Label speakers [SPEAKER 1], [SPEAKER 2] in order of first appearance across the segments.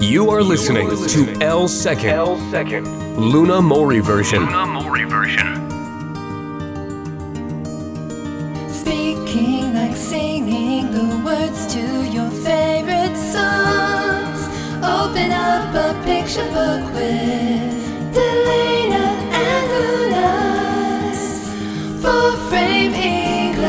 [SPEAKER 1] You are listening to L Second,
[SPEAKER 2] L second.
[SPEAKER 1] Luna Mori version.
[SPEAKER 2] Luna Mori version.
[SPEAKER 3] Speaking like singing the words to your favorite songs. Open up a picture book with Delana and Lunas for frame English.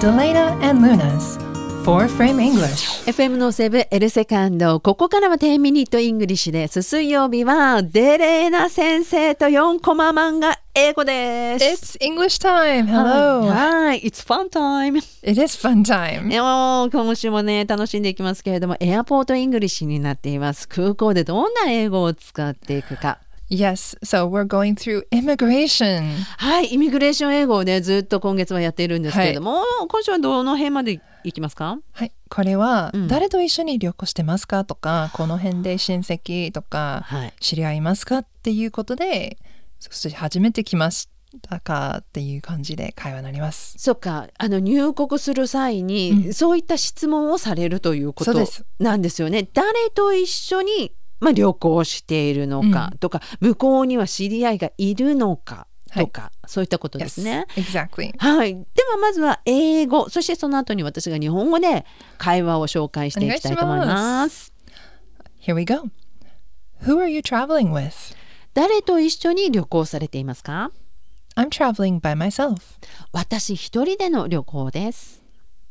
[SPEAKER 3] Delana and Lunas for frame English.
[SPEAKER 4] FM のセブエルセカンドここからは10ミニットイングリッシュです水曜日はデレーナ先生と4コマ漫画英語です。
[SPEAKER 5] It's English time.
[SPEAKER 3] Oh,
[SPEAKER 5] Hello.
[SPEAKER 4] はい、It's fun time!
[SPEAKER 5] It is fun time.
[SPEAKER 4] でも今週もね楽しんでいきますけれどもエアポートイングリッシュになっています空港でどんな英語を使っていくか
[SPEAKER 5] Yes. So we're going through immigration.
[SPEAKER 4] はいイミグレーション英語をねずっと今月はやっているんですけれども、今週はどの辺まで行きますか
[SPEAKER 5] はい。これは、
[SPEAKER 4] うん
[SPEAKER 5] 誰と一緒に旅行してますかとか、この辺で親戚とか、
[SPEAKER 4] はい
[SPEAKER 5] 知り合いますかっていうことで、そして初めて来ましたかっていう感じで会話になります。
[SPEAKER 4] そっかあの入国する際に、
[SPEAKER 5] うん
[SPEAKER 4] そういった質問をされるというこ
[SPEAKER 5] そうで
[SPEAKER 4] と
[SPEAKER 5] す
[SPEAKER 4] なんですよね。誰と一緒に、まあ、旅行しているのかとか、向こうには知り合いがいるのかとか、そういったことですね。
[SPEAKER 5] Yes. Exactly.
[SPEAKER 4] はい、ではまずは英語そしてその後に私が日本語で会話を紹介していきたいと思い
[SPEAKER 5] お願いし
[SPEAKER 4] ま。
[SPEAKER 5] ます Here we go. Who are you traveling with?
[SPEAKER 4] 誰と一緒に旅行されていますか
[SPEAKER 5] I'm traveling by myself.
[SPEAKER 4] 私一人での旅行です。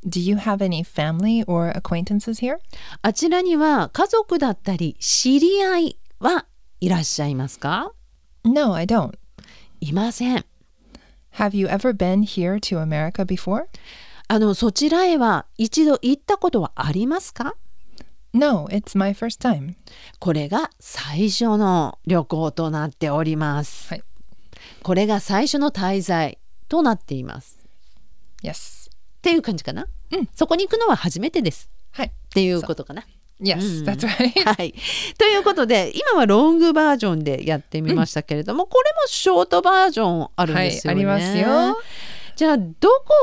[SPEAKER 5] Do you have any family or acquaintances here?
[SPEAKER 4] あちらには家族だったり知り合いはいらっしゃいますか
[SPEAKER 5] No, I don't.
[SPEAKER 4] いません。
[SPEAKER 5] Have you ever been here to America before?
[SPEAKER 4] あのそちらへは一度行ったことはありますか
[SPEAKER 5] No, it's my first time.
[SPEAKER 4] これが最初の旅行となっております。
[SPEAKER 5] はい
[SPEAKER 4] これが最初の滞在となっています。
[SPEAKER 5] Yes.
[SPEAKER 4] っていう感じかな。
[SPEAKER 5] うん
[SPEAKER 4] そこに行くのは初めてです。
[SPEAKER 5] はい
[SPEAKER 4] っていうことかな。
[SPEAKER 5] Yes,
[SPEAKER 4] Mm.
[SPEAKER 5] that's right.
[SPEAKER 4] はい。ということで、今はロングバージョンでやってみましたけれども、これもショートバージョンあるんですよね。
[SPEAKER 5] はいありますよ。
[SPEAKER 4] じゃあ、ど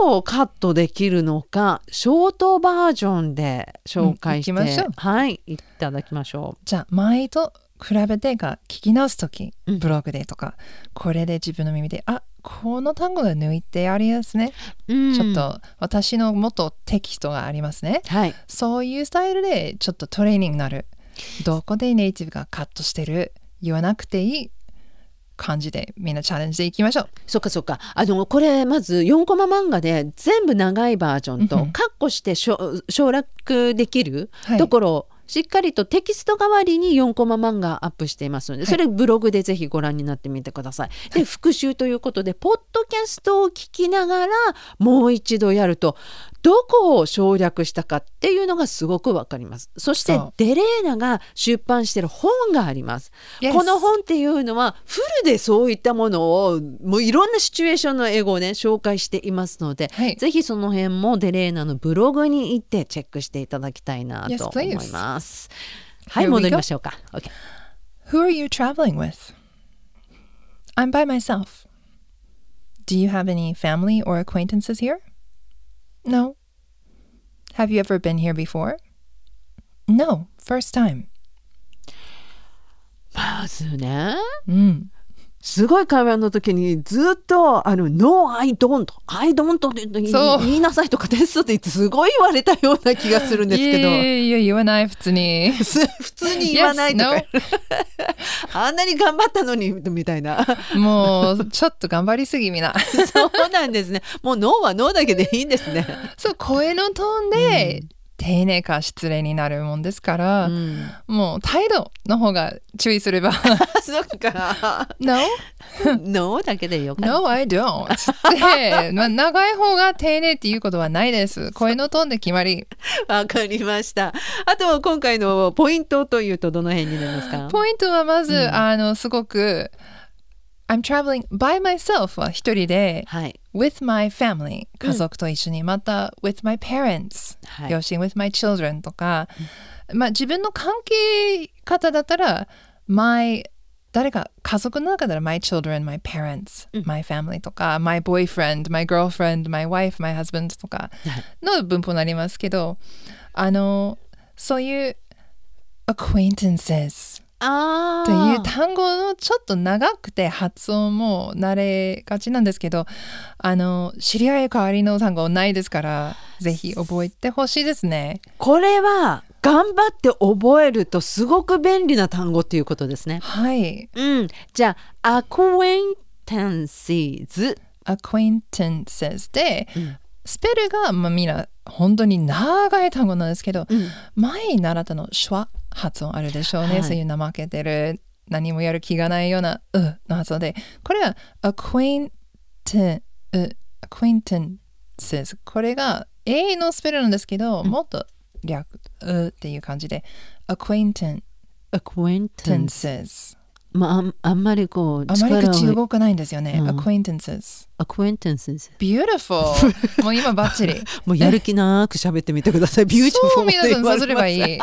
[SPEAKER 4] こをカットできるのか、ショートバージョンで紹介して、
[SPEAKER 5] うん行きましょう
[SPEAKER 4] はい、いただきましょ
[SPEAKER 5] じゃあ前と比べてが聞き直すとき、
[SPEAKER 4] うん
[SPEAKER 5] ブログでとか、これで自分の耳で、あこの単語が抜いてありますね。
[SPEAKER 4] う。うん
[SPEAKER 5] ちょっ。と私の元テキストがありますね。
[SPEAKER 4] はい。
[SPEAKER 5] そういうスタイルでちょっとトレーニングになる。どこでネイティブがカットしてる言わなくていい感じでみんなチャレンジでいきましょう。
[SPEAKER 4] そっかそっか。あの、これ、まず4コマ漫画で全部長いバージョンと、
[SPEAKER 5] うん
[SPEAKER 4] カ
[SPEAKER 5] うん
[SPEAKER 4] ッコしてしょ省略できる
[SPEAKER 5] はい
[SPEAKER 4] ところをしっかりとテキスト代わりに4コマ漫画アップしていますの
[SPEAKER 5] は
[SPEAKER 4] で、
[SPEAKER 5] い
[SPEAKER 4] それブログでぜひご覧になってみてください。で、復習ということで、ポッドキャストを聞きながらもう一度やると、どこを省略したかっていうのがすごくわかります。そして
[SPEAKER 5] そう、
[SPEAKER 4] デレーナが出版している本があります。
[SPEAKER 5] Yes
[SPEAKER 4] この本っていうのはフルでそういったものをもういろんなシチュエーションの英語をね紹介していますので、
[SPEAKER 5] はい
[SPEAKER 4] ぜひその辺もデレーナのブログに行ってチェックしていただきたいな
[SPEAKER 5] Yes,
[SPEAKER 4] と
[SPEAKER 5] please.
[SPEAKER 4] 思います。はい
[SPEAKER 5] Here we
[SPEAKER 4] 戻りましょうか。OK
[SPEAKER 5] Who are you traveling with? I'm by myself. Do you have any family or acquaintances here? No. Have you ever been here before? No, first time.
[SPEAKER 4] まずね
[SPEAKER 5] うん。
[SPEAKER 4] すごい会話の時にずっと「あの No, I don't」「I don't」って言い
[SPEAKER 5] そう
[SPEAKER 4] 言いなさいとかテストって言ってすごい言われたような気がするんですけど。
[SPEAKER 5] いや言わない普通 に。
[SPEAKER 4] す普通に言わないとか、
[SPEAKER 5] Yes,
[SPEAKER 4] あんなに頑張ったのにみたいな
[SPEAKER 5] もうちょっと頑張りすぎみんな。
[SPEAKER 4] そうなんですねもう脳は脳だけでいいんですね、
[SPEAKER 5] そう声のトーンで、丁寧か失礼になるもんですから、
[SPEAKER 4] うん、
[SPEAKER 5] もう態度の方が注意すれ ば。
[SPEAKER 4] そっ か
[SPEAKER 5] no?
[SPEAKER 4] 脳だけでよかった、
[SPEAKER 5] No, I don't. って、まあ、長い方が丁寧っていうことはないです。声のトーンで決まり。
[SPEAKER 4] わかりましたあと今回のポイントというとどの辺になりますか
[SPEAKER 5] ポイントはまず、あの、すごく、I'm traveling by myself は一人で、
[SPEAKER 4] はい、
[SPEAKER 5] with my family 家族と一緒に、また with my parents、
[SPEAKER 4] はい
[SPEAKER 5] 両親 with my children とか、まあ自分の関係方だったら my 誰か家族の中だったら my children my parents、my family とか my boyfriend my girlfriend my wife my husband とかの文法になりますけどあのそういう acquaintances
[SPEAKER 4] あ
[SPEAKER 5] と
[SPEAKER 4] あ。
[SPEAKER 5] いう単語のちょっと長くて発音も慣れがちなんですけどあの知り合い代わりの単語ないですからぜひ覚えてほしいですね
[SPEAKER 4] これは頑張って覚えるとすごく便利な単語っていうことですね。
[SPEAKER 5] はい
[SPEAKER 4] うん。じゃあ、acquaintances。
[SPEAKER 5] acquaintances で、スペルが、まあ、みんな本当に長い単語なんですけど、前に習ったのシュワ発音あるでしょうね、
[SPEAKER 4] はい
[SPEAKER 5] そういう怠けてる何もやる気がないような「う」の発音でこれは acquaintan- う acquaintances これが A のスペルなんですけど、もっと略「う」っていう感じで acquaintances
[SPEAKER 4] acquaintance。まああん、あんまりこう、
[SPEAKER 5] あまり口
[SPEAKER 4] 力を
[SPEAKER 5] 動かないんですよね、
[SPEAKER 4] うん
[SPEAKER 5] acquaintances
[SPEAKER 4] acquaintances。
[SPEAKER 5] beautiful もう今バッチリ
[SPEAKER 4] もうやる気なく喋ってみてくだ さい。ビューティ
[SPEAKER 5] そ
[SPEAKER 4] フ
[SPEAKER 5] う
[SPEAKER 4] ルって
[SPEAKER 5] 皆さ
[SPEAKER 4] 言
[SPEAKER 5] んそ
[SPEAKER 4] わ
[SPEAKER 5] う
[SPEAKER 4] れ
[SPEAKER 5] すればい い。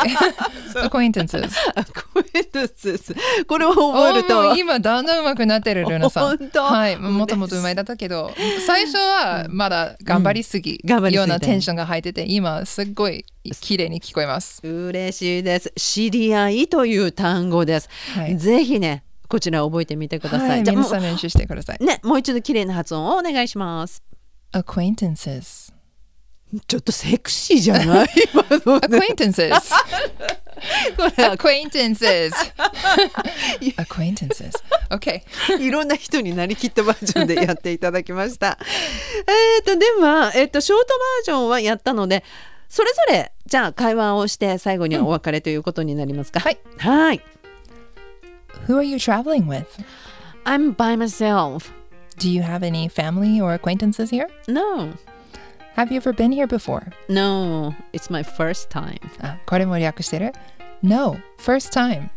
[SPEAKER 5] アコインテンツ。
[SPEAKER 4] acquaintances。これを覚
[SPEAKER 5] おー
[SPEAKER 4] える
[SPEAKER 5] も
[SPEAKER 4] と
[SPEAKER 5] う。今だんだん上手くなってるルナさん。
[SPEAKER 4] 本当
[SPEAKER 5] はい、もともと上手だったけど、最初はまだ頑張りすぎ、
[SPEAKER 4] 頑張りすぎて
[SPEAKER 5] ようなテンションが入ってて、今すっごい綺麗に聞こえます。
[SPEAKER 4] 嬉しいです。知り合いという単語です。
[SPEAKER 5] はい
[SPEAKER 4] ぜひね、こちら覚えてみてください。
[SPEAKER 5] はい、
[SPEAKER 4] じゃあ
[SPEAKER 5] 皆
[SPEAKER 4] もう
[SPEAKER 5] さん練習してください。
[SPEAKER 4] ね、もう一度綺麗な発音をお願いします。
[SPEAKER 5] acquaintances。
[SPEAKER 4] ちょっとセクシーじゃない今 のね
[SPEAKER 5] acquaintances。acquaintances。acquaintances。okay。
[SPEAKER 4] いろんな人になりきったバージョンでやっていただきました。えっと、では、えっと、ショートバージョンはやったので、それぞれ、じゃあ会話をして最後にはお別れということになりますか。
[SPEAKER 5] はい。
[SPEAKER 4] はい。
[SPEAKER 5] Who are you traveling with?
[SPEAKER 4] I'm by myself.
[SPEAKER 5] Do you have any family or acquaintances here?
[SPEAKER 4] No,
[SPEAKER 5] Have you ever been here before?
[SPEAKER 4] no, it's my first time.
[SPEAKER 5] あこれも略してる No, first time.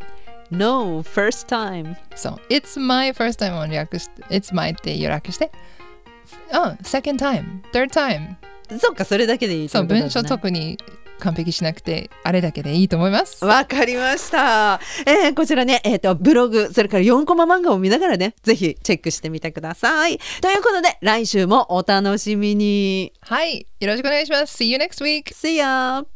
[SPEAKER 4] No, first time.
[SPEAKER 5] そう、It's my first time を略して、It's my っていう略して、うん、second time, third time。
[SPEAKER 4] そうか、それだけでいいと
[SPEAKER 5] そ、
[SPEAKER 4] いうことです
[SPEAKER 5] 文章
[SPEAKER 4] ね
[SPEAKER 5] 特に完璧しなくて、あれだけでいいと思います。
[SPEAKER 4] わかりました。えーこちらね、えっ、と、ブログ、それから4コマ漫画を見ながらね、ぜひチェックしてみてください。ということで、来週もお楽しみに。
[SPEAKER 5] はい、よろしくお願いします。See you next week!
[SPEAKER 4] See ya!